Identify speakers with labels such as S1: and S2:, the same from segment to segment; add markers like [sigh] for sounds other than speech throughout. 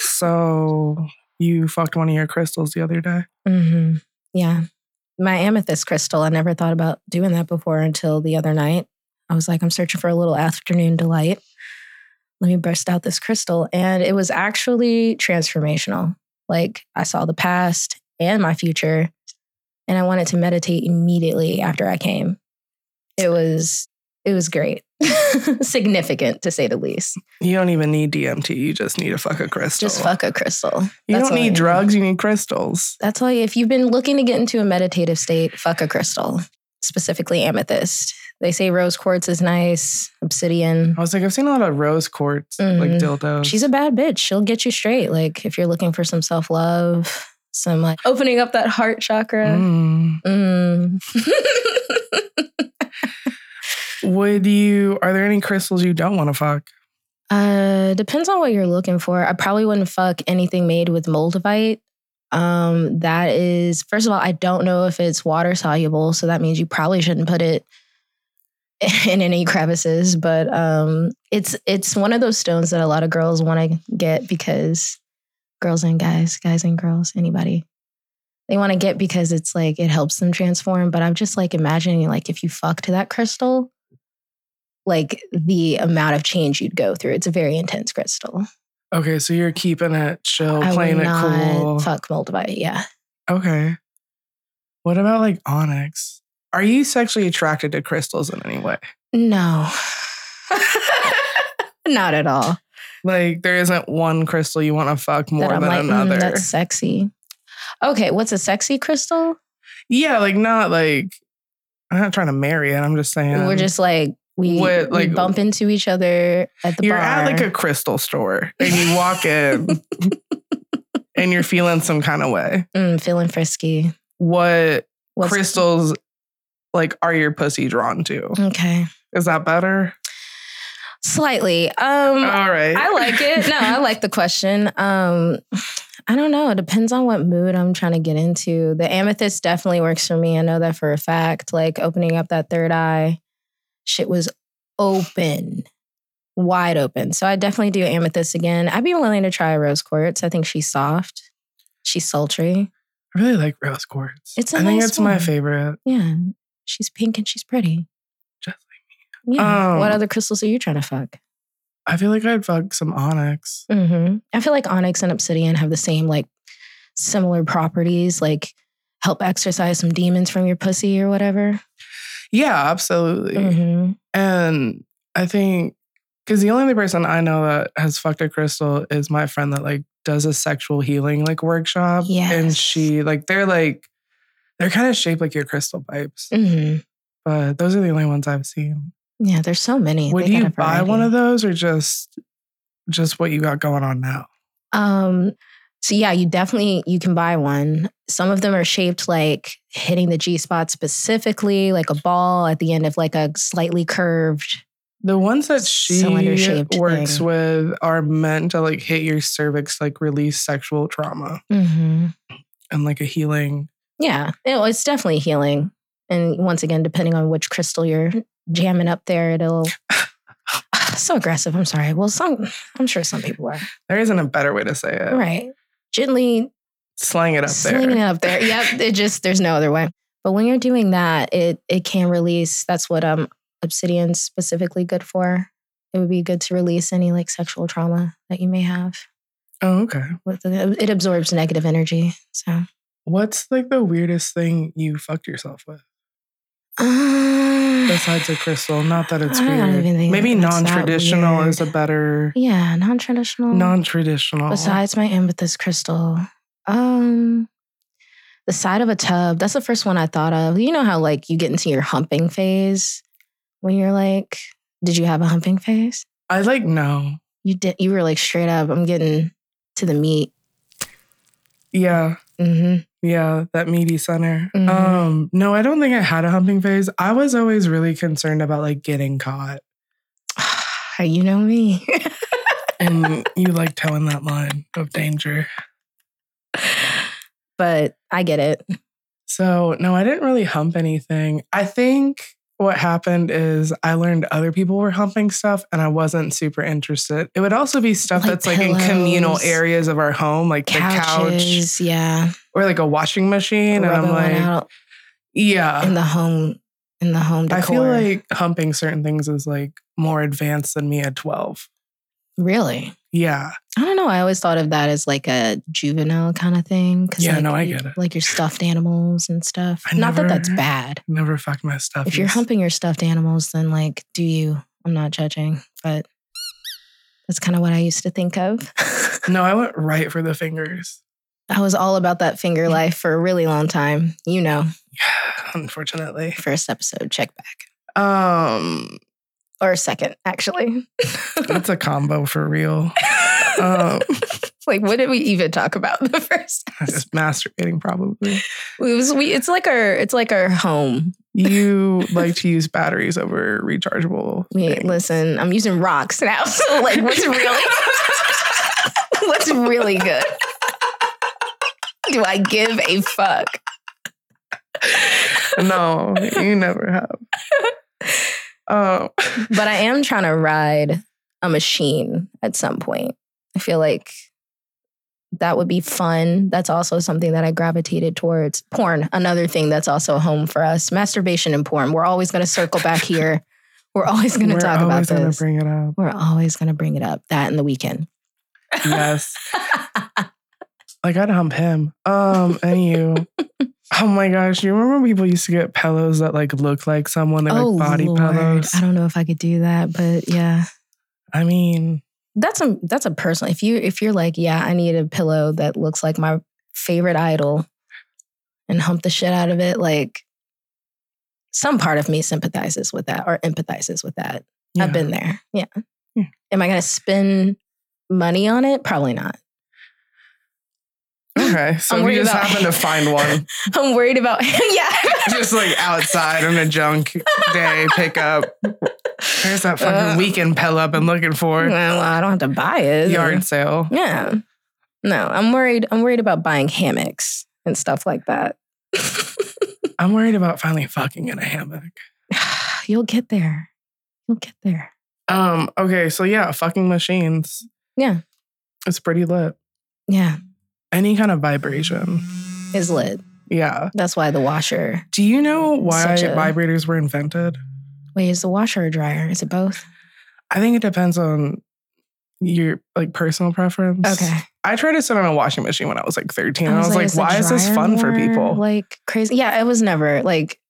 S1: So you fucked one of your crystals the other day.
S2: Mm-hmm. Yeah. My amethyst crystal, I never thought about doing that before until the other night. I was like, I'm searching for a little afternoon delight. Let me burst out this crystal. And it was actually transformational. Like, I saw the past and my future, and I wanted to meditate immediately after I came. It was. It was great, [laughs] significant to say the least.
S1: You don't even need DMT. You just need a fuck a crystal.
S2: Just fuck a crystal.
S1: You
S2: That's
S1: don't
S2: all I
S1: need drugs. You need crystals.
S2: That's why if you've been looking to get into a meditative state, fuck a crystal, specifically amethyst. They say rose quartz is nice, obsidian.
S1: I was like, I've seen a lot of rose quartz, like
S2: Mhm.
S1: dildos.
S2: She's a bad bitch. She'll get you straight. Like if you're looking for some self love, some like opening up that heart chakra.
S1: Mm.
S2: Mm.
S1: Would you? Are there any crystals you don't want to fuck?
S2: uh, depends on what you're looking for. I probably wouldn't fuck anything made with moldavite. Um, that is, first of all, I don't know if it's water soluble, so that means you probably shouldn't put it [laughs] in any crevices. But um, it's it's one of those stones that a lot of girls want to get because girls and guys, guys and girls, anybody, they want to get because it's like it helps them transform. But I'm just like imagining like if you fucked that crystal, like the amount of change you'd go through. It's a very intense crystal.
S1: Okay, so you're keeping it chill,
S2: I
S1: playing
S2: would
S1: it
S2: not
S1: Oh, cool.
S2: fuck moldavite. Yeah.
S1: Okay. What about like onyx? Are you sexually attracted to crystals in any way? [laughs]
S2: No. Not at all.
S1: Like there isn't one crystal you want to fuck more
S2: that
S1: than
S2: I'm like, "Mm,
S1: another.
S2: that's sexy. Okay, what's a sexy crystal?
S1: yeah, like not like I'm not trying to marry it. I'm just saying
S2: We're just like we,
S1: What,
S2: we
S1: like-
S2: bump into each other at the
S1: you're
S2: bar.
S1: at like a crystal
S2: [laughs]
S1: store and you walk in and you're feeling some kind of way.
S2: Mm, feeling frisky.
S1: What
S2: What's-
S1: crystals like are your pussy drawn to?
S2: Okay,
S1: Is that better?
S2: slightly. Um,
S1: All right.
S2: I like it. No, I like the question. Um, I don't know. It depends on what mood I'm trying to get into. The amethyst definitely works for me. I know that for a fact. Like opening up that third eye, shit was open, wide open. So I definitely do amethyst again. I'd be willing to try rose quartz. I think she's soft. She's sultry.
S1: [laughs] I really like rose quartz.
S2: It's a
S1: I think
S2: nice
S1: it's my
S2: one.
S1: favorite.
S2: Yeah, she's pink and she's pretty.
S1: Just
S2: Yeah.
S1: Um,
S2: what other crystals are you trying to fuck?
S1: I feel like I'd fuck some onyx.
S2: hmm I feel like onyx and obsidian have the same like similar properties, like help exorcise some demons from your pussy or whatever.
S1: Yeah, absolutely.
S2: hmm
S1: And I think because the only other person I know that has fucked a crystal is my friend that like does a sexual healing like workshop. And
S2: Yes.
S1: she like they're like they're kind of shaped like your crystal pipes.
S2: hmm
S1: But those are the only ones I've seen.
S2: Yeah, there's so many.
S1: Would
S2: They got
S1: you
S2: a
S1: buy one
S2: variety.
S1: of those or just just what you got going on now?
S2: Um, so yeah, you definitely you can buy one. Some of them are shaped like hitting the G spot specifically, like a ball at the end of like a slightly curved.
S1: The ones that she
S2: Cylinder-shaped
S1: works
S2: thing.
S1: with are meant to like hit your cervix, like release sexual trauma
S2: Mm-hmm.
S1: and like a healing.
S2: Yeah, you know, it's definitely healing. And once again, depending on which crystal you're jamming up there, it'll. [sighs] so aggressive. I'm sorry. Well, some I'm sure some people are
S1: There isn't a better way to say it.
S2: right. Gently
S1: Slang it up
S2: slinging
S1: there.
S2: it up there. Yep. It just there's no other way. But when you're doing that, it it can release. That's what um obsidian's specifically good for. It would be good to release any like sexual trauma that you may have.
S1: Oh, okay.
S2: With the, it absorbs negative energy. So [sighs]
S1: What's like the weirdest thing you fucked yourself with besides a crystal? Not that it's
S2: I don't
S1: weird.
S2: even think
S1: Maybe
S2: that's that
S1: non-traditional is a
S2: weird.
S1: better
S2: yeah, non-traditional.
S1: non-traditional.
S2: Besides my amethyst crystal, um, the side of a tub. That's the first one I thought of. You know how like you get into your humping phase when you're like, did you have a humping phase?
S1: I like no.
S2: You did. You were like straight up. I'm getting to the meat.
S1: Yeah.
S2: hmm
S1: Yeah, that meaty center.
S2: Mhm.
S1: Um, no, I don't think I had a humping phase. I was always really concerned about like getting caught.
S2: [sighs] you know me. [laughs]
S1: And you like telling that line of danger.
S2: but I get it.
S1: So no, I didn't really hump anything. I think what happened is I learned other people were humping stuff and I wasn't super interested. It would also be stuff
S2: Like
S1: that's like in communal
S2: pillows,
S1: areas of our home, like the couch
S2: Couches, yeah.
S1: or like a washing machine. and I'm
S2: Rub it
S1: like,
S2: out
S1: yeah.
S2: in the home, in the home decor.
S1: I feel like humping certain things is like more advanced than me at 12.
S2: really.
S1: Yeah.
S2: I don't know. I always thought of that as like a juvenile kind of thing. 'cause,
S1: Yeah,
S2: like,
S1: no, I
S2: you-
S1: get it.
S2: Like your stuffed animals and stuff.
S1: I
S2: Not that that's
S1: never-
S2: bad.
S1: Never fucked my stuff.
S2: If you're humping your stuffed animals, then like, do you? I'm not judging, but that's kind of what I used to think of. [laughs]
S1: No, I went right for the fingers.
S2: I was all about
S1: [laughs]
S2: that finger life for a really long time. You know,
S1: Unfortunately.
S2: first episode, check back.
S1: Um,
S2: Or second,
S1: [laughs]
S2: actually.
S1: that's a combo for
S2: [laughs]
S1: real. Um,
S2: like, what did we even talk about in the first?
S1: just masturbating probably.
S2: It was we. It's like our. It's like our home.
S1: You like to use batteries over rechargeable.
S2: We
S1: things.
S2: listen. I'm using rocks now. [laughs] So like, what's really, [laughs] what's really good? Do I give a fuck?
S1: [laughs] No, you never have.
S2: [laughs]
S1: Um,
S2: But I am trying to ride a machine at some point. I feel like that would be fun. That's also something that I gravitated towards. Porn, another thing that's also home for us. Masturbation and porn. We're always going to circle back here. We're always going to
S1: we're
S2: talk about
S1: always gonna
S2: this.
S1: bring it up.
S2: [laughs] We're always going to bring it up. That and
S1: [laughs]
S2: the weekend.
S1: Yes, I gotta hump him. Um, and
S2: [laughs]
S1: you. Oh my gosh, you remember when people used to get pillows that like look like someone? They're like body
S2: Oh, Lord.
S1: pillows.
S2: I don't know if I could do that, but yeah.
S1: I mean,
S2: That's a that's a personal if you if you're like, yeah, I need a pillow that looks like my favorite idol and hump the shit out of it, like some part of me sympathizes with that or empathizes with that.
S1: yeah.
S2: I've been there. Yeah.
S1: Yeah.
S2: Am I gonna spend money on it? Probably not.
S1: [laughs]
S2: [laughs]
S1: okay.
S2: I'm
S1: So we
S2: worried
S1: just
S2: about-
S1: happened to
S2: [laughs]
S1: find one,
S2: I'm worried about [laughs] yeah.
S1: just like outside on a junk day pickup. There's that fucking
S2: Uh.
S1: weekend pillow I've been looking for.
S2: well, I don't have to buy it.
S1: Yard sale.
S2: Yeah. No, I'm worried. I'm worried about buying hammocks and stuff like that. [laughs]
S1: I'm worried about finally fucking in a hammock.
S2: You'll get there. You'll get there.
S1: Um, okay, so yeah, fucking machines.
S2: Yeah.
S1: It's pretty lit.
S2: Yeah,
S1: Any kind of vibration.
S2: is lit.
S1: Yeah.
S2: That's why the washer.
S1: Do you know why
S2: Such a-
S1: vibrators were invented?
S2: Wait, is the washer or dryer? Is it both?
S1: I think it depends on your like personal preference.
S2: Okay.
S1: I tried to sit on a washing machine when I was like 13. and I was like,
S2: the
S1: why is this
S2: dryer
S1: fun for
S2: more,
S1: people?
S2: Like crazy. Yeah, it was never like.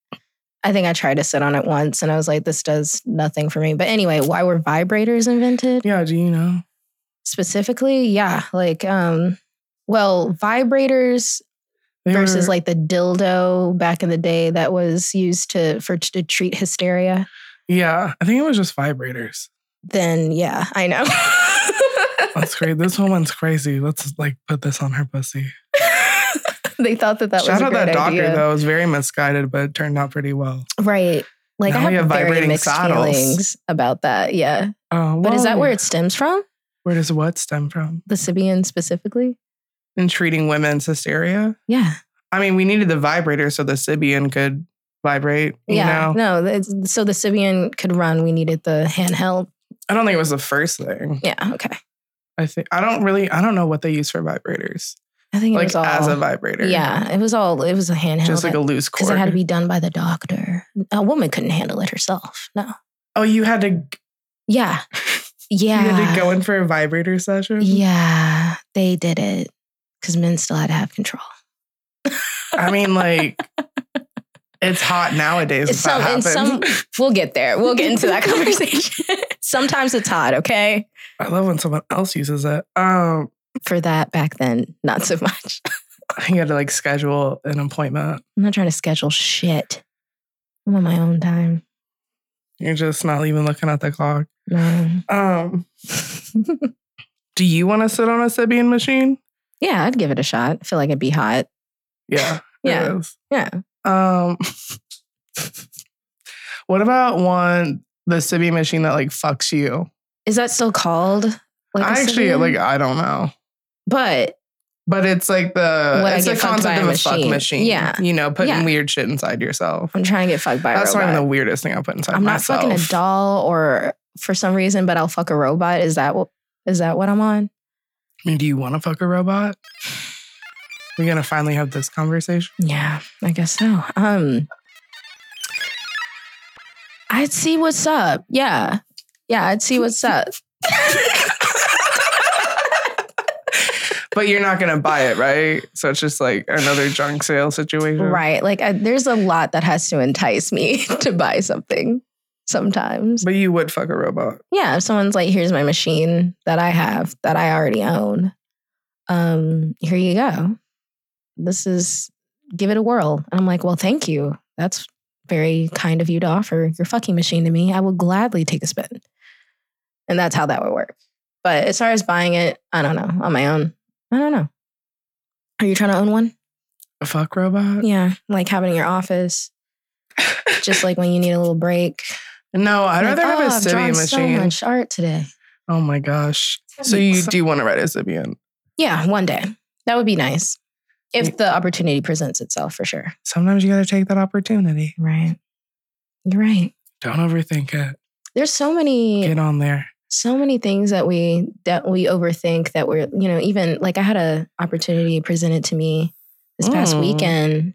S2: I think I tried to sit on it once, and I was like, this does nothing for me. But anyway, why were vibrators invented?
S1: yeah, do you know?
S2: Specifically, yeah, like um, well, vibrators
S1: They
S2: versus
S1: were-
S2: like the dildo back in the day that was used to for to treat hysteria
S1: Yeah, I think it was just vibrators.
S2: then yeah i know
S1: That's crazy. this woman's crazy. Let's like put this on her pussy.
S2: [laughs] they thought that that
S1: Shout
S2: was a
S1: out
S2: great
S1: that doctor
S2: idea
S1: though. It was very misguided, but it turned out pretty well.
S2: right like
S1: Now
S2: i
S1: we
S2: have
S1: have
S2: very
S1: vibrating
S2: mixed
S1: saddles.
S2: feelings about that yeah
S1: Uh,
S2: but is that
S1: well,
S2: where it stems from
S1: Where does what stem from?
S2: the sibian specifically
S1: In treating women's hysteria?
S2: yeah
S1: I mean, we needed the vibrator so the Sibian could vibrate. You
S2: yeah
S1: know?
S2: no it's, so the sibian could run we needed the handheld
S1: I don't think it was the first thing.
S2: yeah okay
S1: I think I don't really I don't know what they use for vibrators.
S2: i think it
S1: Like
S2: was all
S1: as a vibrator.
S2: yeah it was all it was a handheld
S1: Just like a loose
S2: because
S1: cord.
S2: it had to be done by the doctor. A woman couldn't handle it herself. No.
S1: oh, you had to
S2: Yeah.
S1: [laughs] you had
S2: Yeah.
S1: to go in for a vibrator session?
S2: yeah. They did it because men still had to have control.
S1: I mean,
S2: [laughs]
S1: like it's hot nowadays. If
S2: Some-
S1: that
S2: and
S1: happens.
S2: some- [laughs] We'll get there. We'll
S1: [laughs]
S2: get into that conversation. [laughs] Sometimes it's hot, okay?
S1: I love when someone else uses it. Um
S2: For that back then, not so much. [laughs]
S1: you had to like schedule an appointment.
S2: I'm not trying to schedule shit. I'm on my own time.
S1: You're just not even looking at the clock.
S2: No.
S1: Um, [laughs] do you want to sit on a Sibian machine?
S2: yeah, I'd give it a shot. I feel like it'd be hot.
S1: Yeah. it
S2: [laughs] Yeah.
S1: is.
S2: Yeah.
S1: Um, [laughs] what about one the Sibian machine that like fucks you?
S2: Is that still called? Like a
S1: I actually
S2: Sibian?
S1: like I don't know.
S2: But
S1: But it's like the
S2: When I
S1: it's the
S2: get fucked by
S1: concept of
S2: a
S1: a fuck
S2: machine.
S1: machine.
S2: Yeah.
S1: You know, putting
S2: Yeah.
S1: weird shit inside yourself.
S2: I'm trying to get fucked by a
S1: That's
S2: robot.
S1: probably the weirdest thing I put inside
S2: I'm not
S1: myself.
S2: fucking a doll or for some reason, but I'll fuck a robot. Is that what is that what I'm on?
S1: I mean, do you want to fuck a robot? We're gonna finally have this conversation.
S2: Yeah, I guess so. Um I'd see what's up. Yeah. Yeah, I'd see what's up. [laughs]
S1: But you're not gonna buy it, right? So it's just like another junk sale situation.
S2: Right. Like I, there's a lot that has to entice me [laughs] to buy something sometimes.
S1: But you would fuck a robot.
S2: yeah, if someone's like, here's my machine that I have that I already own, um, here you go. This is give it a whirl. And I'm like, well, thank you. That's very kind of you to offer your fucking machine to me. I will gladly take a spin. And that's how that would work. But as far as buying it, I don't know, on my own. I don't know. Are you trying to own one?
S1: A fuck robot?
S2: Yeah. Like have it in your office. Just like when you need a little break.
S1: No, I'd
S2: Like,
S1: rather have
S2: "Oh,
S1: a
S2: I've drawn
S1: Sibian
S2: So
S1: machine.
S2: much art today.
S1: oh my gosh. So you do want to write a Sibian.
S2: Yeah, one day. That would be nice. If the opportunity presents itself for sure.
S1: Sometimes you gotta take that opportunity.
S2: Right. You're right.
S1: Don't overthink it.
S2: There's so many
S1: Get on there.
S2: so many things that we that we overthink that we're, you know, even like I had a opportunity presented to me this past
S1: Mm.
S2: weekend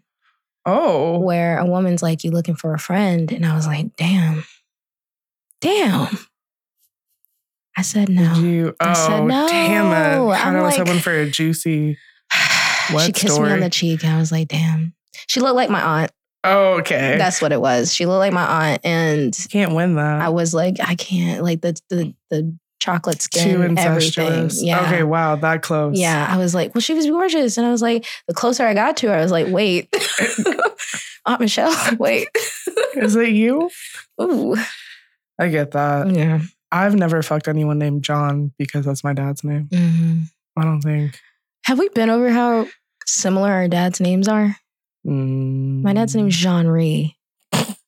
S1: Oh.
S2: where a woman's like, You looking for a friend? And I was like, damn. Damn. I said no.
S1: Did you? Oh,
S2: I said no.
S1: damn it. God,
S2: I'm
S1: I was
S2: like-
S1: hoping for a juicy. What
S2: [sighs] she kissed me
S1: story?
S2: on the cheek. I was like, damn. She looked like my aunt.
S1: Oh, okay.
S2: That's what it was. She looked like my aunt, and
S1: Can't win that.
S2: I was like, I can't like the the the chocolate
S1: Too
S2: skin, everything.
S1: incestuous.
S2: Yeah,
S1: Okay, wow, that close.
S2: yeah. I was like, well, she was gorgeous, and I was like, the closer I got to her, I was like, wait, [laughs] Aunt Michelle, [laughs] wait,
S1: [laughs] Is it you?
S2: ooh,
S1: I get that.
S2: yeah.
S1: I've never fucked anyone named John because that's my dad's name.
S2: Mhm.
S1: I don't think.
S2: Have we been over how similar our dad's names are? My dad's
S1: Mm,
S2: name is Jean Ree.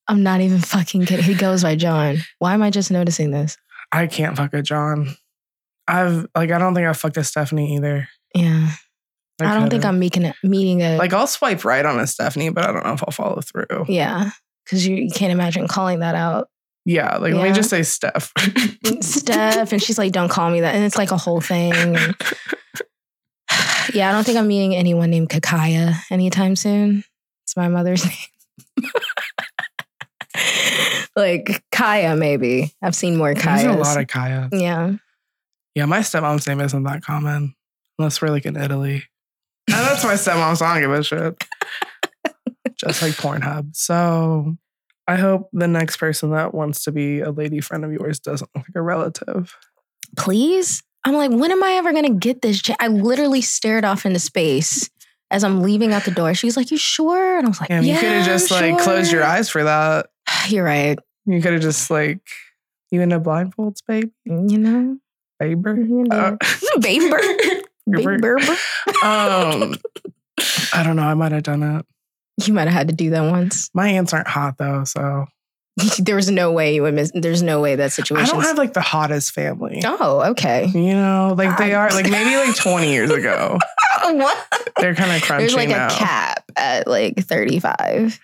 S2: I'm not even fucking kidding. He goes by John. Why am I just noticing this?
S1: I can't fuck a John. I've like I don't think I fucked a Stephanie either.
S2: Yeah, I, don't think
S1: couldn't.
S2: I'm meeting a, meeting a
S1: like I'll swipe right on a Stephanie, but I don't know if I'll follow through.
S2: Yeah. Cause you, you can't imagine calling that out.
S1: Yeah, like let me
S2: Yeah.
S1: just say Steph. [laughs]
S2: Steph. And she's like, don't call me that. And it's like a whole thing. And- [sighs] yeah, I don't think I'm meeting anyone named Kakaya anytime soon. It's my mother's [laughs] name. like Kaya, maybe. I've seen more Kayas.
S1: There's a lot of Kaya.
S2: yeah.
S1: Yeah, my stepmom's name isn't that common unless we're like in Italy. And that's my stepmom's so I don't give a
S2: [laughs]
S1: shit. Just like Pornhub. So I hope the next person that wants to be a lady friend of yours doesn't look like a relative.
S2: Please? I'm like, when am I ever gonna get this? Ch-? I literally stared off into space as I'm leaving out the door. She's like, You sure? And I was like,
S1: And
S2: yeah,
S1: you could have just
S2: I'm
S1: like closed your
S2: sure."
S1: eyes for that.
S2: [sighs] You're right.
S1: You could have just like you in a blindfolds, babe,
S2: You know?
S1: baber.
S2: You
S1: Uh,
S2: know. Baber.
S1: Baber.
S2: Baber.
S1: [laughs] um, I don't know. I might have done it.
S2: You might have had to do that once. [laughs]
S1: My aunts aren't hot though, so
S2: there was no way you would miss. There's no way that
S1: I
S2: situation.
S1: don't have like the hottest family.
S2: [laughs] Oh, okay.
S1: You know, like they
S2: I-
S1: are like maybe
S2: [laughs]
S1: like 20 years ago.
S2: What?
S1: They're kind of crunchy
S2: There's like
S1: now.
S2: a cap at like 35.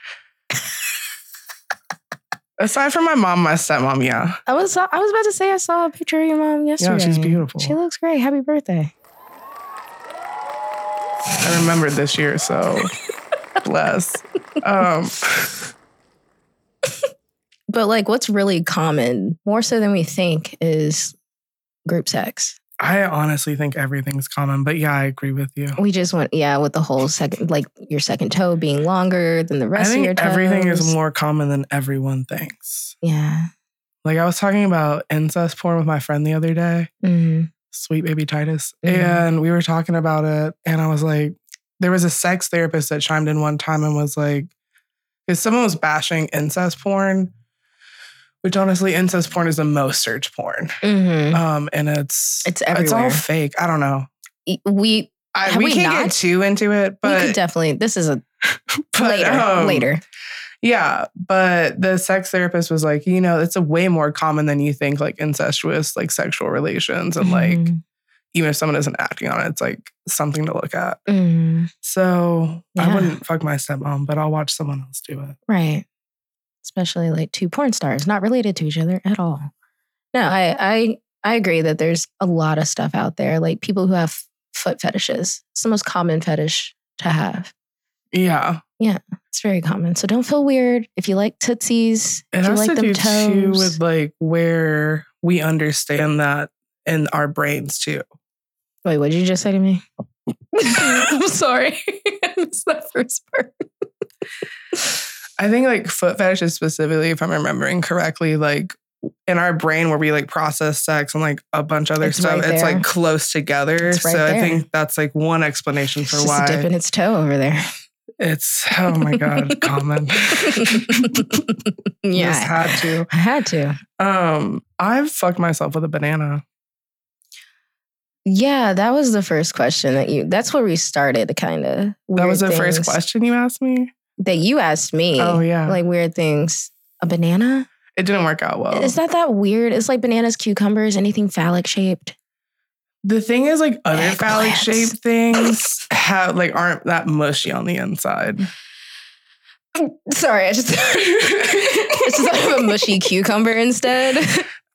S1: Aside from my mom, my stepmom, yeah.
S2: I was I was about to say I saw a picture of your mom yesterday.
S1: Yeah, she's beautiful.
S2: She looks great. Happy birthday.
S1: I remembered this year,
S2: [laughs]
S1: so bless. Um,
S2: But like, what's really common, more so than we think, is group sex.
S1: I honestly think everything's common, but yeah, I agree with you.
S2: We just went, yeah, with the whole second, like your second toe being longer than the
S1: I
S2: rest of your
S1: think
S2: toes.
S1: everything is more common than everyone thinks.
S2: Yeah.
S1: Like I was talking about incest porn with my friend the other day.
S2: Mm.
S1: Sweet Baby Titus.
S2: Mhm.
S1: And we were talking about it. And I was like, there was a sex therapist that chimed in one time and was like, because someone was bashing incest porn, which honestly, incest porn is the most search porn.
S2: hmm
S1: Um, and it's
S2: It's
S1: it's
S2: everywhere.
S1: all fake. I don't know.
S2: we
S1: I,
S2: Have
S1: we,
S2: we
S1: can't
S2: not?
S1: get too into it,
S2: we
S1: but,
S2: could definitely. This is a
S1: but,
S2: later.
S1: um,
S2: later.
S1: Yeah, but the sex therapist was like, you know, it's a way more common than you think, like incestuous, like sexual relations and like
S2: Mhm.
S1: even if someone isn't acting on it, it's like something to look at.
S2: Mm,
S1: So I
S2: Yeah.
S1: wouldn't fuck my stepmom, but I'll watch someone else do it.
S2: right. Especially like two porn stars, not related to each other at all. No, I I I agree that there's a lot of stuff out there, like people who have foot fetishes. It's the most common fetish to have.
S1: Yeah.
S2: It's very common. So don't feel weird if you like tootsies,
S1: It
S2: if you
S1: has
S2: like
S1: to
S2: them
S1: do too
S2: toes.
S1: with like where we understand that in our brains too.
S2: Wait, what did you just say
S1: [laughs]
S2: to me? [laughs] I'm sorry. [laughs] I missed that first part.
S1: I think like foot fetishes specifically, if I'm remembering correctly, like in our brain where we like process sex and like a bunch of other
S2: It's
S1: stuff,
S2: right
S1: it's
S2: there.
S1: like close together.
S2: It's right
S1: so I
S2: there.
S1: think that's like one explanation
S2: It's
S1: for
S2: just
S1: why
S2: dipping its toe over there.
S1: it's oh my
S2: [laughs]
S1: god, [laughs] common.
S2: yeah.
S1: Just had to.
S2: I had to.
S1: Um, I've fucked myself with a banana.
S2: Yeah, that was the first question that you that's where we started kind of.
S1: That was the first question you asked me.
S2: that you asked me.
S1: Oh yeah,
S2: Like weird things. A banana?
S1: it didn't work out well.
S2: Is that that weird? It's like bananas, cucumbers, anything phallic shaped.
S1: the thing is, like other
S2: Eggplants.
S1: phallic shaped things have like aren't that mushy on the inside.
S2: Sorry, I just [laughs] it's just sort of a mushy
S1: [laughs]
S2: cucumber instead.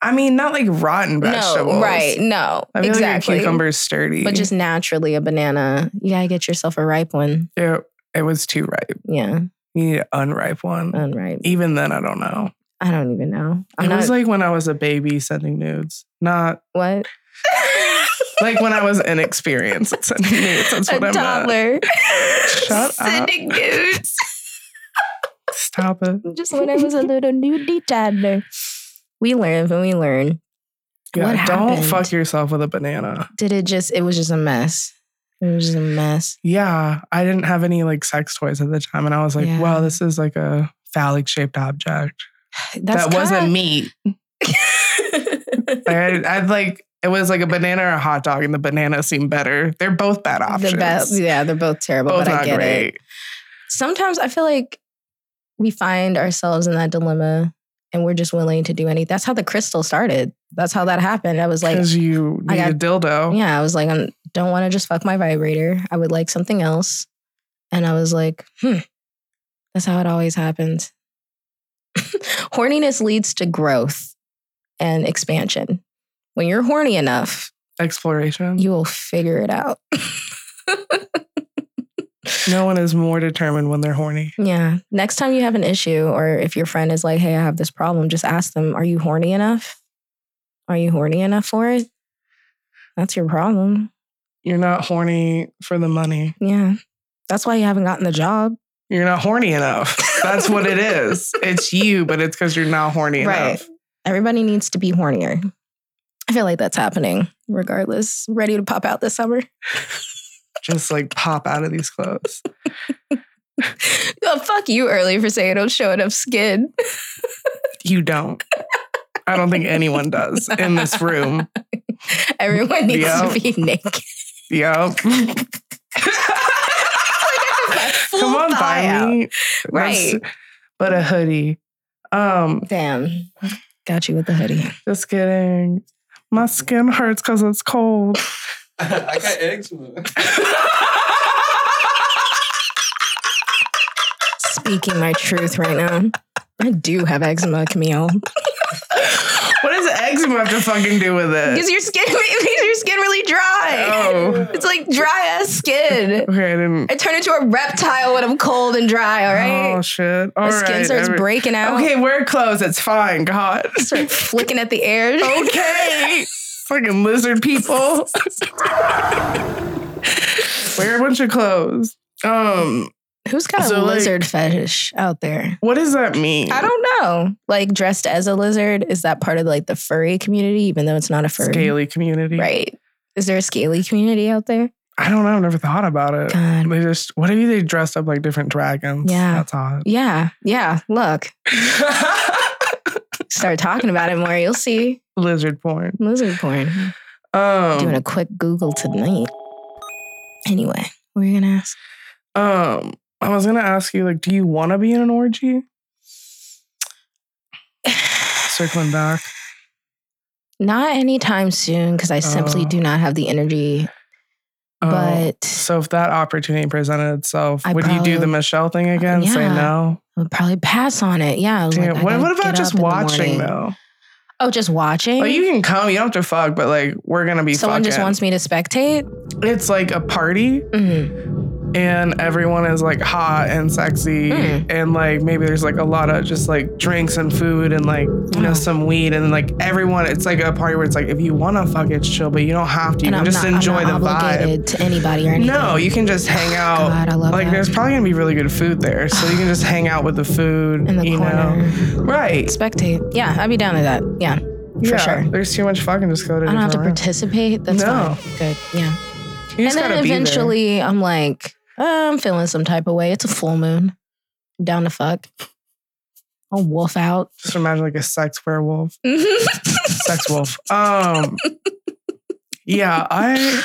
S1: I mean, not like rotten vegetables.
S2: No, right? No,
S1: I feel
S2: exactly.
S1: like a cucumber's sturdy.
S2: but just naturally a banana. You gotta get yourself a ripe one.
S1: it, it was too ripe.
S2: Yeah,
S1: You need an unripe one.
S2: unripe.
S1: Even then, I don't know.
S2: I don't even know. Uh, I'm
S1: it
S2: not
S1: was like when I was a baby sending nudes, not
S2: [laughs] what
S1: like when I was inexperienced [laughs] at sending nudes. That's what
S2: [laughs] a
S1: I meant.
S2: toddler.
S1: Shut up.
S2: Sending nudes.
S1: Stop it.
S2: Just when I was a little nudie toddler. We learn when we learn.
S1: Yeah,
S2: What
S1: don't
S2: happened?
S1: fuck yourself with a banana.
S2: Did it just? It was just a mess. It was just a mess.
S1: Yeah, I didn't have any like sex toys at the time, and I was like,
S2: Yeah.
S1: "Wow, this is like a phallic shaped object that wasn't
S2: [laughs]
S1: meat."
S2: wasn't
S1: Like, I, I'd like it was like a banana or a hot dog, and the banana seemed better. They're both bad options.
S2: The best, yeah, they're both terrible,
S1: both
S2: but
S1: not
S2: I get
S1: great.
S2: it. Sometimes I feel like we find ourselves in that dilemma, and we're just willing to do any. That's how the crystal started. That's how that happened. I was like,
S1: Because you
S2: I
S1: need a dildo.
S2: yeah, I was like, I don't want to just fuck my vibrator. I would like something else, and I was like, hmm, that's how it always happens. [laughs] Horniness leads to growth and expansion. When you're horny enough,
S1: Exploration.
S2: you will figure it out. [clears throat]
S1: no one is more determined when they're horny.
S2: Yeah. Next time you have an issue, or if your friend is like, hey, I have this problem, just ask them, are you horny enough? Are you horny enough for it? That's your problem.
S1: You're not horny for the money.
S2: Yeah. That's why you haven't gotten the job.
S1: You're not horny enough. That's what it
S2: [laughs]
S1: is. It's you, but it's because you're not horny
S2: Right.
S1: enough.
S2: Everybody needs to be hornier. I feel like that's happening regardless. Ready to pop out this summer? [laughs]
S1: Just like pop out of these clothes.
S2: oh, fuck you early for saying I'm showing up skin. [laughs]
S1: You don't. I don't think anyone does in this room.
S2: Everyone needs
S1: Yeah.
S2: to be [laughs]
S1: [laughs]
S2: naked. [laughs]
S1: Yep. Come on, buy me. That's-
S2: Right.
S1: But a hoodie. Um,
S2: Damn. Got you with the hoodie.
S1: Just kidding. My skin hurts because it's cold.
S3: [laughs] I got eczema.
S2: speaking my truth right now. I do have eczema, Camille.
S1: What does eczema have to fucking do with it?
S2: Because your skin [laughs] makes your skin really dry.
S1: Uh, Oh,
S2: It's like dry ass skin.
S1: okay. I didn't.
S2: I turn into a reptile when I'm cold and dry, all right?
S1: Oh shit.
S2: my
S1: All
S2: skin
S1: right,
S2: starts
S1: every-
S2: breaking out.
S1: Okay, wear clothes. It's fine. God.
S2: Start flicking at the air. [laughs]
S1: Okay. [laughs] fucking lizard people. wear a bunch of clothes. Um,
S2: Who's got
S1: So,
S2: a
S1: like-
S2: lizard fetish out there?
S1: what does that mean?
S2: I don't know. Like dressed as a lizard, is that part of like the furry community, even though it's not a furry?
S1: Scaly community.
S2: Right. Is there a scaly community out there?
S1: I don't know. I've never thought about it.
S2: God,
S1: They just what if they dressed up like different dragons?
S2: Yeah.
S1: That's
S2: [laughs]
S1: hot.
S2: Yeah, yeah. Look, start talking about it more. You'll see
S1: Lizard porn.
S2: lizard porn. Doing
S1: Um,
S2: a quick Google tonight. Anyway, what were you gonna ask? [sighs]
S1: um, I was gonna ask you, like, do you want to be in an orgy? Circling back,
S2: Not anytime soon because I simply
S1: Oh.
S2: do not have the energy.
S1: Oh,
S2: But
S1: so if that opportunity presented itself,
S2: I
S1: would you do the
S2: probably-
S1: Michelle thing again? Say
S2: yeah.
S1: no.
S2: I would probably pass on it. Yeah. like,
S1: Damn,
S2: I
S1: what,
S2: gotta
S1: what about
S2: get
S1: just
S2: up in the
S1: watching
S2: morning.
S1: though?
S2: Oh, just watching.
S1: Oh, you can come. You don't have to fuck, but like we're gonna be.
S2: Someone just
S1: fucking.
S2: wants me to spectate.
S1: It's like a party,
S2: Mm.
S1: and everyone is like hot and sexy,
S2: Mm.
S1: and like maybe there's like a lot of just like drinks and food and like you know
S2: Oh.
S1: some weed, and then like everyone. It's like a party where it's like if you want to fuck, it's chill, but you don't have to. You
S2: And
S1: can
S2: I'm
S1: just
S2: not,
S1: enjoy
S2: I'm not
S1: the vibe.
S2: obligated to anybody or anything.
S1: No, you can just hang out.
S2: God, I love
S1: like
S2: that.
S1: there's probably gonna be really good food there, so you can
S2: [sighs]
S1: just hang out with the food.
S2: in the
S1: you
S2: corner.
S1: know, right?
S2: Spectate. Yeah, I'd be down to that. Yeah. For
S1: yeah,
S2: sure.
S1: There's too much fucking. Just go to.
S2: I don't have to
S1: different
S2: participate. That's
S1: No.
S2: fine. Good. Yeah.
S1: rooms. You just
S2: and
S1: gotta
S2: then
S1: be there.
S2: eventually I'm like, uh, I'm feeling some type of way. It's a full moon. I'm down to fuck. I'll wolf out.
S1: Just imagine like a sex werewolf.
S2: it's
S1: [laughs] sex
S2: [laughs]
S1: wolf. Um, yeah, I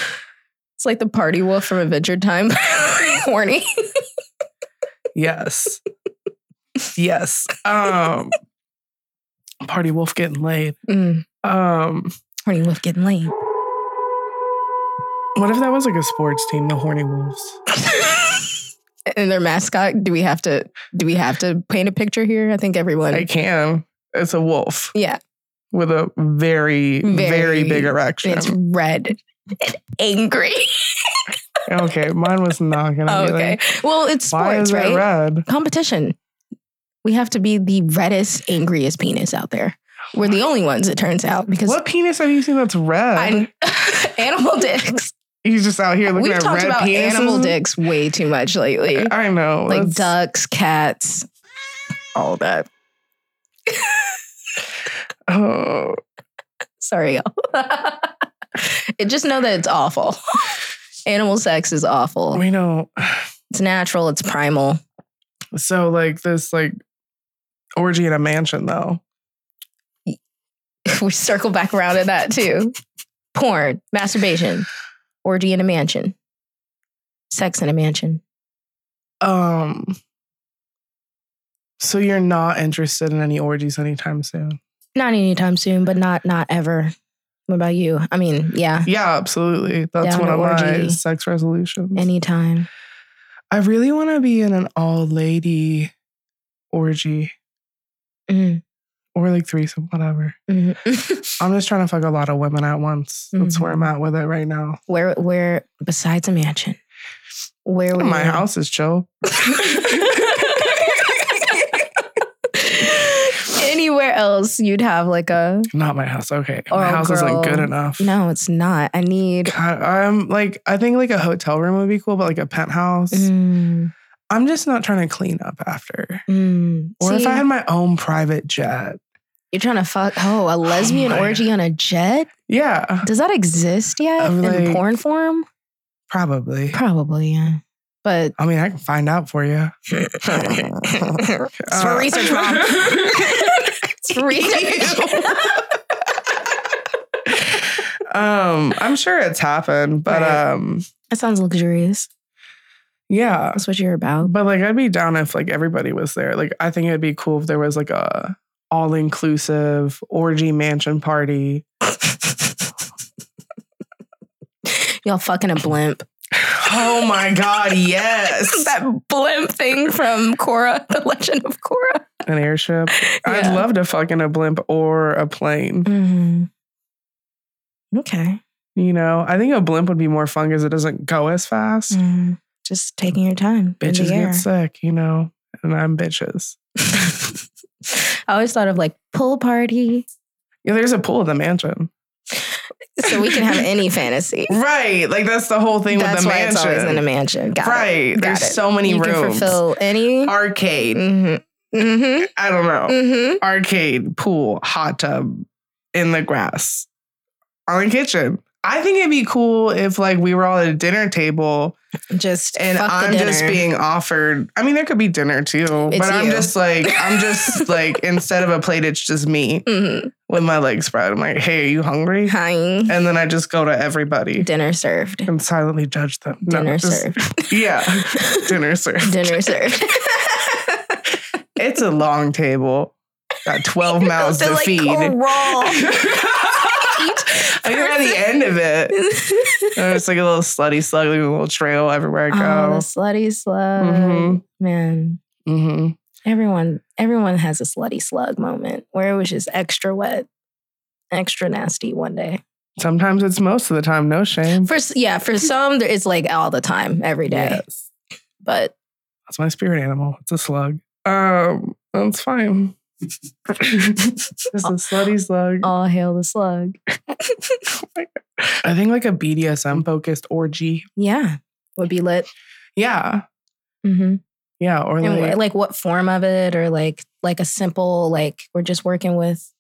S2: like the party wolf from Adventure Time. [laughs] Horny.
S1: yes, yes. Um, party wolf getting laid.
S2: Mm.
S1: Um,
S2: Horny wolf getting laid.
S1: what if that was like a sports team, the Horny Wolves?
S2: and their mascot. Do we have to? Do we have to paint a picture here? I think everyone.
S1: I can. It's a wolf
S2: yeah,
S1: with a very, very,
S2: Very-
S1: big
S2: [laughs]
S1: erection.
S2: it's red and
S1: [laughs]
S2: angry.
S1: Okay, mine was not gonna.
S2: Oh,
S1: be
S2: okay.
S1: Like,
S2: Well, it's
S1: Why
S2: sports,
S1: is
S2: right?
S1: it red?
S2: Competition. We have to be the reddest, angriest penis out there. We're the only ones, it turns out, because
S1: What penis have you seen that's red?
S2: I- [laughs] animal dicks.
S1: He's just out here looking
S2: We've
S1: at
S2: talked
S1: red
S2: about
S1: penises.
S2: animal dicks way too much lately,
S1: I know.
S2: like
S1: that's-
S2: ducks, cats, all that.
S1: Oh,
S2: Sorry, y'all. [laughs] And just know that it's awful. Animal sex is awful.
S1: we know.
S2: It's natural. It's primal. [laughs]
S1: So like this like orgy in a mansion though.
S2: we circle back around to that too. Porn, masturbation, orgy in a mansion, sex in a mansion.
S1: Um so you're not interested in any orgies anytime soon.
S2: [laughs] Not anytime soon, but not not ever. What about you? I mean, yeah,
S1: Yeah, absolutely. That's
S2: Down
S1: one
S2: to
S1: of my
S2: orgy.
S1: sex resolutions.
S2: anytime.
S1: I really want to be in an all lady orgy
S2: Mhm,
S1: or like threesome, whatever.
S2: mhm.
S1: I'm just trying to fuck a lot of women at once. That's where
S2: Mhm.
S1: I'm at with it right now.
S2: [laughs] where where besides a mansion? Where would
S1: My house is
S2: [laughs]
S1: chill. [laughs]
S2: [laughs] Anywhere else, you'd have like a
S1: Not my house. Okay.
S2: Or
S1: my
S2: a
S1: house
S2: Oh, girl.
S1: isn't good enough.
S2: no. It's not. I need.
S1: God, I'm like, I think like a hotel room would be cool, but like a penthouse.
S2: Mm,
S1: I'm just not trying to clean up after.
S2: mm.
S1: Or if
S2: See?
S1: I had my own private jet.
S2: You're trying to fuck oh a lesbian
S1: my
S2: orgy on a jet?
S1: Yeah,
S2: Does that exist yet
S1: I'm
S2: in
S1: like-
S2: porn form?
S1: probably.
S2: Probably, yeah. But
S1: I mean, I can find out for you. Uh,
S2: it's for research, [laughs] mom. it's for research.
S1: [laughs]
S2: [laughs]
S1: um, I'm sure it's happened, but
S2: Right.
S1: um,
S2: that sounds luxurious.
S1: yeah.
S2: That's what you're about.
S1: But like, I'd be down if like everybody was there. Like, I think it'd be cool if there was like a all inclusive orgy mansion
S2: [laughs]
S1: party.
S2: Y'all fucking a blimp.
S1: Oh my god, yes.
S2: that blimp thing from Korra, [laughs] the legend of Korra.
S1: An
S2: [laughs]
S1: airship. I'd
S2: Yeah.
S1: love to fuck in a blimp or a plane.
S2: Mm-hmm. Okay.
S1: You know, I think a blimp would be more fun because it doesn't go as fast.
S2: Mm. Just taking your time. in
S1: Mm-hmm. Bitches
S2: the air.
S1: get sick, you know, and I'm bitches.
S2: I always thought of like pool party.
S1: Yeah, there's a pool at the mansion.
S2: So we can [laughs] have any fantasy.
S1: Right. Like that's the whole thing
S2: That's
S1: with the
S2: why
S1: mansion.
S2: it's always in a mansion. Got It.
S1: right.
S2: Got
S1: there's
S2: it.
S1: so many
S2: you can
S1: rooms.
S2: fulfill any.
S1: Arcade.
S2: Mm-hmm. Mm-hmm.
S1: I don't know.
S2: Mm-hmm.
S1: Arcade, pool, hot tub, in the grass, on the kitchen. I think it'd be cool if like we were all at a dinner table
S2: Just
S1: and
S2: fuck
S1: I'm
S2: the dinner.
S1: just being offered. I mean, there could be dinner too,
S2: It's
S1: but I'm
S2: you.
S1: just like, I'm
S2: [laughs]
S1: just like, instead of a plate, it's just me
S2: Mhm.
S1: with my legs spread. I'm like, hey, are you hungry?
S2: Hi.
S1: And then I just go to everybody
S2: Dinner served.
S1: and silently judge them. No,
S2: Dinner
S1: just- [laughs]
S2: served. [laughs]
S1: Yeah, dinner served. [laughs]
S2: Dinner served.
S1: It's a long table, got 12 mouths
S2: They're
S1: to [laughs]
S2: like, "Oh,
S1: feed.
S2: "Coral." each
S1: I got the end of it. And it's like a little slutty slug, leaving a little trail everywhere I
S2: [laughs] Oh, the
S1: go.
S2: slutty slug.
S1: Mhm.
S2: Man,
S1: hmm
S2: everyone everyone has a slutty slug moment where it was just extra wet, extra nasty one day.
S1: Sometimes it's most of the time, no shame.
S2: For s- yeah,
S1: [laughs]
S2: for some there- it's like all the time, every day.
S1: Yes.
S2: But
S1: That's my spirit animal. It's a slug. Um, that's fine. it's a slutty slug.
S2: all hail the slug.
S1: I think like a
S2: Mm.
S1: BDSM focused orgy.
S2: yeah, would be lit.
S1: Yeah.
S2: Mm-hmm.
S1: Yeah. Or
S2: And
S1: like,
S2: wh- like what form of it, or like like a simple like we're just working with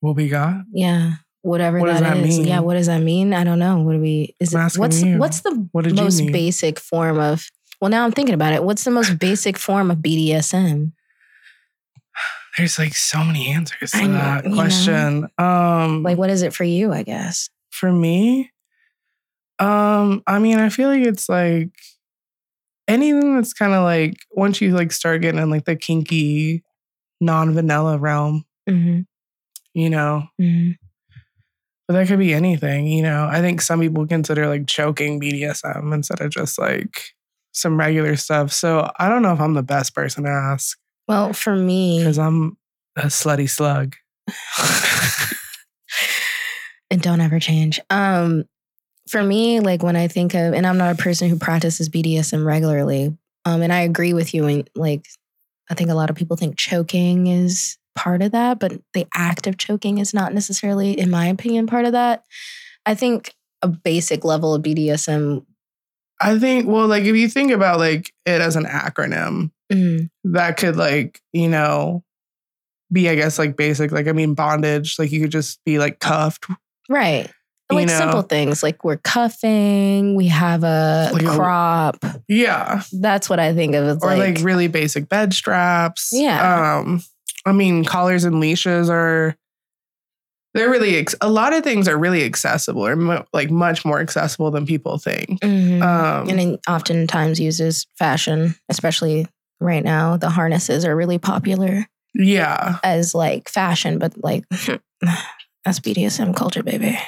S1: what we got?
S2: yeah whatever
S1: What does
S2: that
S1: that
S2: is. Yeah,
S1: mean?
S2: what does that mean? I don't know. What do we? Is
S1: I'm
S2: it
S1: asking
S2: what's
S1: you.
S2: what's the
S1: What did
S2: most
S1: you mean?
S2: basic form of? Well, now I'm thinking about it. What's the most basic form of BDSM?
S1: There's like so many answers to
S2: I know,
S1: that
S2: you know.
S1: question. Um,
S2: Like, what is it for you? I guess.
S1: for me um i mean i feel like it's like anything that's kind of like once you like start getting in like the kinky non-vanilla realm
S2: Mm-hmm.
S1: you know but that could be anything you know i think some people consider like choking bdsm instead of just like some regular stuff so i don't know if i'm the best person to ask
S2: Well, for me, [laughs]
S1: because i'm a slutty slug
S2: and don't ever change. Um, for me, like when I think of, and I'm not a person who practices BDSM regularly. Um, and I agree with you. And like, I think a lot of people think choking is part of that, but the act of choking is not necessarily, in my opinion, part of that. I think a basic level of BDSM.
S1: i think well like if you think about like it as an acronym
S2: Mm,
S1: that could like you know be i guess like basic like i mean bondage like you could just be like cuffed
S2: right.
S1: You
S2: Like
S1: know.
S2: simple things like we're cuffing, we have a
S1: Like a-
S2: crop.
S1: yeah
S2: That's what I think of. It's
S1: or like,
S2: like,
S1: really basic bed straps
S2: Yeah.
S1: um i mean collars and leashes are they're really ex- a lot of things are really accessible or mo- like much more accessible than people think
S2: Mhm.
S1: um
S2: and it oftentimes uses fashion, especially right now. The harnesses are really popular
S1: yeah
S2: as like fashion, but like [sighs] that's BDSM culture, baby.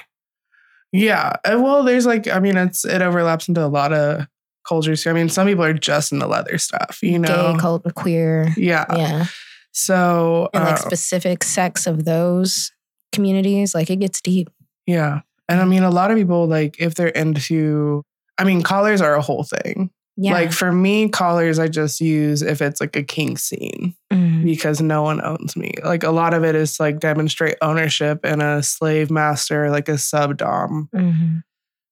S1: yeah and well there's like i mean it's it overlaps into a lot of cultures too. i mean some people are just into leather stuff you know
S2: Gay, cult, queer.
S1: yeah.
S2: Yeah.
S1: so
S2: And
S1: um,
S2: like specific sex of those communities, like it gets deep.
S1: Yeah. And I mean, a lot of people, like, if they're into, I mean, collars are a whole thing.
S2: Yeah.
S1: Like, for me, collars I just use if it's like a kink scene
S2: Mm.
S1: because no one owns me. Like, a lot of it is like demonstrate ownership in a slave master, like a sub dom
S2: Mhm.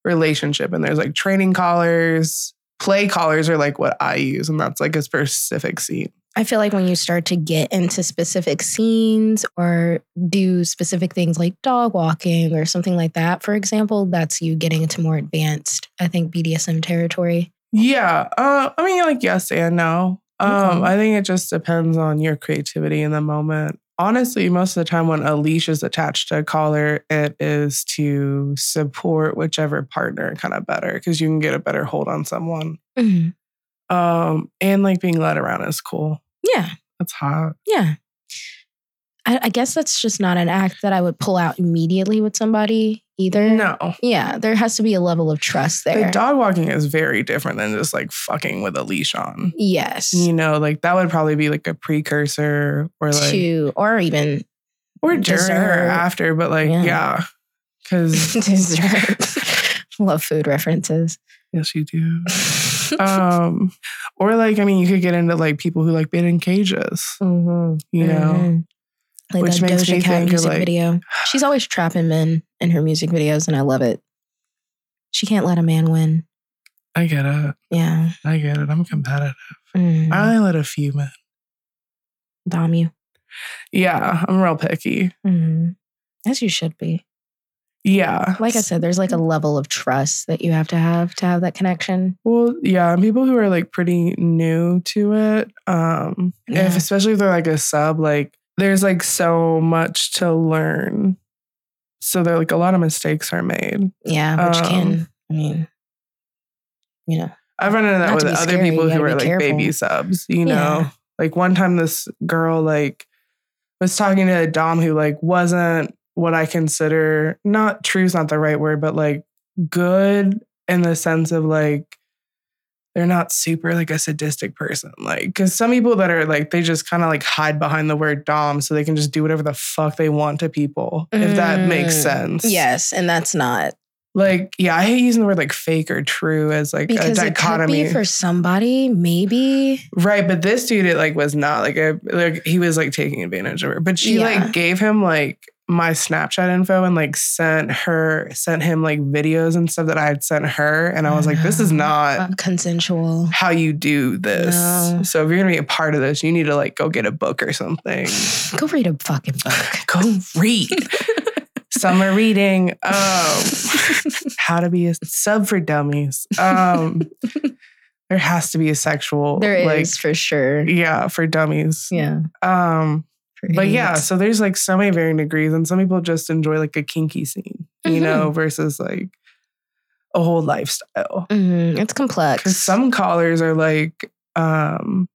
S1: relationship. And there's like training collars, play collars are like what I use. And that's like a specific scene.
S2: I feel like when you start to get into specific scenes or do specific things like dog walking or something like that, for example, that's you getting into more advanced, I think, BDSM territory.
S1: Yeah. Uh, I mean, like, yes and no. Um,
S2: Okay.
S1: I think it just depends on your creativity in the moment. Honestly, most of the time when a leash is attached to a collar, it is to support whichever partner kind of better because you can get a better hold on someone.
S2: Mhm.
S1: Um, and like being led around is cool.
S2: Yeah,
S1: That's hot.
S2: yeah. I, I guess that's just not an act that I would pull out immediately with somebody either.
S1: No.
S2: Yeah, there has to be a level of trust there.
S1: Like dog walking is very different than just like fucking with a leash on.
S2: yes.
S1: You know, like that would probably be like a precursor or like
S2: to
S1: [laughs]
S2: or even [laughs]
S1: or during
S2: Dessert.
S1: or after, but like
S2: Yeah.
S1: yeah, because
S2: [laughs] dessert. [laughs] Love food references.
S1: yes, you do. Um, or like I mean, you could get into like people who like been in cages,
S2: Mhm,
S1: you know.
S2: mhm. Like
S1: Which
S2: that
S1: makes
S2: Doja
S1: me
S2: Cat
S1: think of,
S2: music
S1: like-
S2: video. She's always trapping men in her music videos, and I love it. She can't let a man win.
S1: I get it.
S2: Yeah.
S1: I get it. I'm competitive.
S2: Mm.
S1: I only let a few men.
S2: Dom you.
S1: Yeah, I'm real picky.
S2: Mhm. As you should be.
S1: Yeah,
S2: like I said, there's like a level of trust that you have to have to have that connection.
S1: Well, yeah, and people who are like pretty new to it, um,
S2: Yeah.
S1: if especially if they're like a sub, like there's like so much to learn. So they're like a lot of mistakes are made.
S2: Yeah, which
S1: Um,
S2: can, I mean, you know,
S1: I've run into that
S2: Not
S1: with
S2: to be
S1: other
S2: scary, you
S1: people who
S2: gotta
S1: were
S2: be
S1: like
S2: careful.
S1: baby subs, you know.
S2: Yeah.
S1: Like one time this girl like was talking to a dom who like wasn't what I consider not true is not the right word, but like good in the sense of like they're not super like a sadistic person. Like, cause some people that are like, they just kind of like hide behind the word Dom so they can just do whatever the fuck they want to people, if that makes
S2: Mm,
S1: sense.
S2: Yes, and that's not
S1: Like, yeah, I hate using the word like fake or true as like
S2: because
S1: a
S2: it could
S1: dichotomy.
S2: be for somebody, maybe.
S1: Right, but this dude, it like was not like a like he was like taking advantage of her. But she
S2: Yeah.
S1: like gave him like my Snapchat info and like sent her sent him like videos and stuff that I had sent her, and I was like, this is
S2: No.
S1: not
S2: Uh, consensual.
S1: how you do this.
S2: No.
S1: So if you're gonna be a part of this, you need to like go get a book or
S2: [laughs]
S1: something.
S2: Go read a fucking book.
S1: [laughs] go read summer reading. Um, how to be a sub for dummies.
S2: [laughs]
S1: Um, there has to be a sexual.
S2: [laughs] There is
S1: like,
S2: for sure.
S1: Yeah, for dummies.
S2: Yeah.
S1: Um,
S2: for
S1: but yeah,
S2: idiots.
S1: so there's like so many varying degrees, and some people just enjoy like a kinky scene, you
S2: Mhm.
S1: know, versus like a whole lifestyle.
S2: Mhm,
S1: Because
S2: it's complex.
S1: some collars are like, um,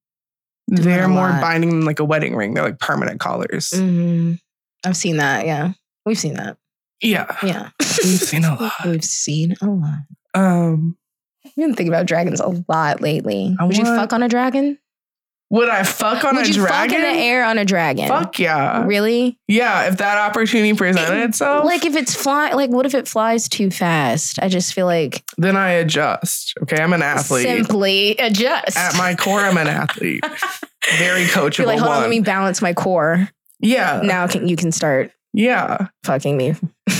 S2: Doing
S1: they're
S2: a
S1: more
S2: lot.
S1: binding than like a wedding ring. They're like permanent collars.
S2: Mhm. I've seen that. Yeah, we've seen that.
S1: Yeah, [laughs]
S2: Yeah,
S1: [gasps] we've seen a
S2: [laughs]
S1: lot.
S2: we've seen a lot.
S1: Um,
S2: I've been thinking about dragons a lot lately.
S1: I
S2: Would you
S1: want-
S2: fuck on a dragon?
S1: would I fuck on
S2: Would
S1: a
S2: you
S1: dragon?
S2: fuck in the air on a dragon?
S1: Fuck yeah, Oh.
S2: Really?
S1: yeah. If that opportunity presented itself,
S2: Like if it's fly, like what if it flies too fast? I just feel like
S1: then I adjust. Okay, I'm an athlete.
S2: simply adjust.
S1: At my core, I'm an
S2: [laughs]
S1: athlete. Very coachable.
S2: You're like, hold
S1: one. Uh.
S2: on, let me balance my core.
S1: yeah.
S2: Now can you can start
S1: Yeah.
S2: fucking me?
S1: [laughs]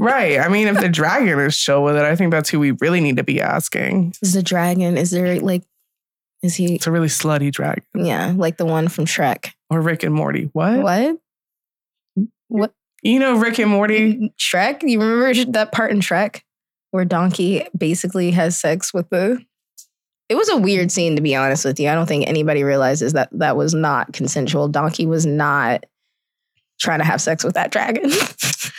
S1: Right. I mean, if the dragon is chill with it, I think that's who we really need to be asking.
S2: is the dragon? Is there like, is he?
S1: It's a really slutty dragon.
S2: Yeah, like the one from Shrek.
S1: Or Rick and Morty. What?
S2: What?
S1: You know Rick and
S2: Mm-hmm.
S1: Morty?
S2: Shrek? You remember that part in Shrek where Donkey basically has sex with the. It was a weird scene, to be honest with you. I don't think anybody realizes that that was not consensual. Donkey was not trying to have sex with that dragon.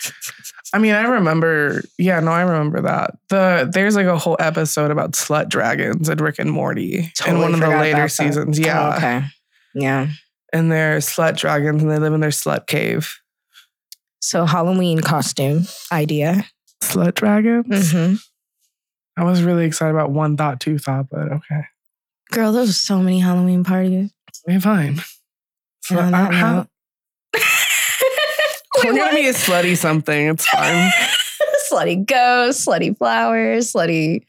S2: [laughs]
S1: I mean, I remember. Yeah, no, I remember that. The there's like a whole episode about slut dragons and Rick and Morty in
S2: Totally
S1: one of the
S2: forgot about
S1: later
S2: that.
S1: seasons. Yeah,
S2: Oh, okay. Yeah.
S1: and they're slut dragons and they live in their slut cave.
S2: So Halloween costume idea.
S1: Slut dragons.
S2: Mm-hmm.
S1: I was really excited about one thought, two thought, but okay,
S2: Girl, there's so many Halloween parties.
S1: we're fine.
S2: And on
S1: Slut-
S2: that
S1: how-
S2: [laughs] note-
S1: we're
S2: Wait,
S1: gonna
S2: what?
S1: be a slutty something. It's fine.
S2: [laughs] slutty ghost, slutty flowers, slutty.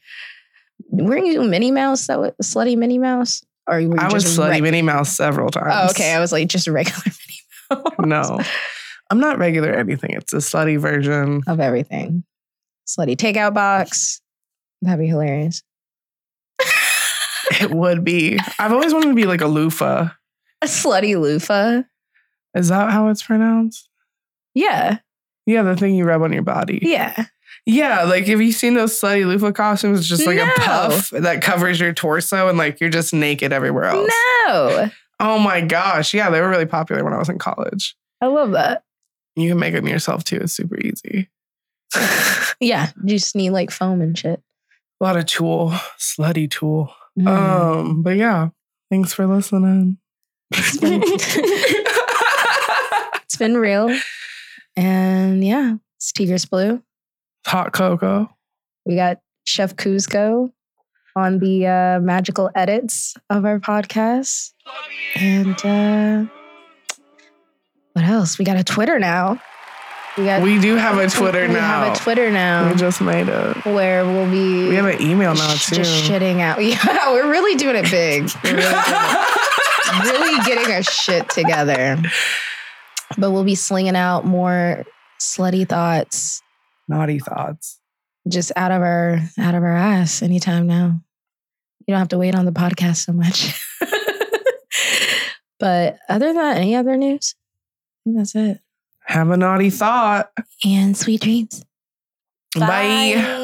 S2: Were you Minnie Mouse? That was slutty Minnie Mouse, or were you
S1: I was
S2: just
S1: slutty
S2: reg-
S1: Minnie Mouse several times.
S2: Oh, okay. I was like just regular [laughs] Minnie
S1: [laughs]
S2: Mouse
S1: no, I'm not regular anything. It's a slutty version.
S2: of everything. Slutty takeout box. That'd be hilarious.
S1: It would be. I've always wanted to be like a loofah.
S2: A slutty loofah.
S1: Is that how it's pronounced?
S2: Yeah,
S1: Yeah, the thing you rub on your body.
S2: yeah.
S1: Yeah, like have you seen those slutty loofah costumes? It's just like
S2: No.
S1: a puff that covers your torso and like you're just naked everywhere else.
S2: No,
S1: Oh my gosh. Yeah, they were really popular when I was in college.
S2: I love that.
S1: You can make them yourself too. It's super easy. [laughs]
S2: yeah, you just need like foam and shit.
S1: A lot of tool, slutty tool.
S2: Mm.
S1: Um, but yeah, thanks for listening.
S2: It's been-
S1: Oh.
S2: [laughs]
S1: [laughs]
S2: it's been real, and yeah, it's Tigers Blue.
S1: Hot cocoa.
S2: We got Chef Kuzco on the uh, magical edits of our podcast. And uh, what else? We got a Twitter now. We got
S1: We do have a Twitter
S2: we
S1: now.
S2: have a Twitter now
S1: We just made it.
S2: where we'll be
S1: We have an email now
S2: sh-
S1: too.
S2: just shitting out. [laughs] Yeah, we're really doing it big. We're really, doing it- really getting our shit together. But we'll be slinging out more slutty thoughts
S1: Naughty thoughts.
S2: just out of our out of our ass anytime now. You don't have to wait on the podcast so much. [laughs] but other than that, any other news? I think that's it.
S1: Have a naughty thought.
S2: And sweet dreams.
S1: Bye.
S2: [laughs]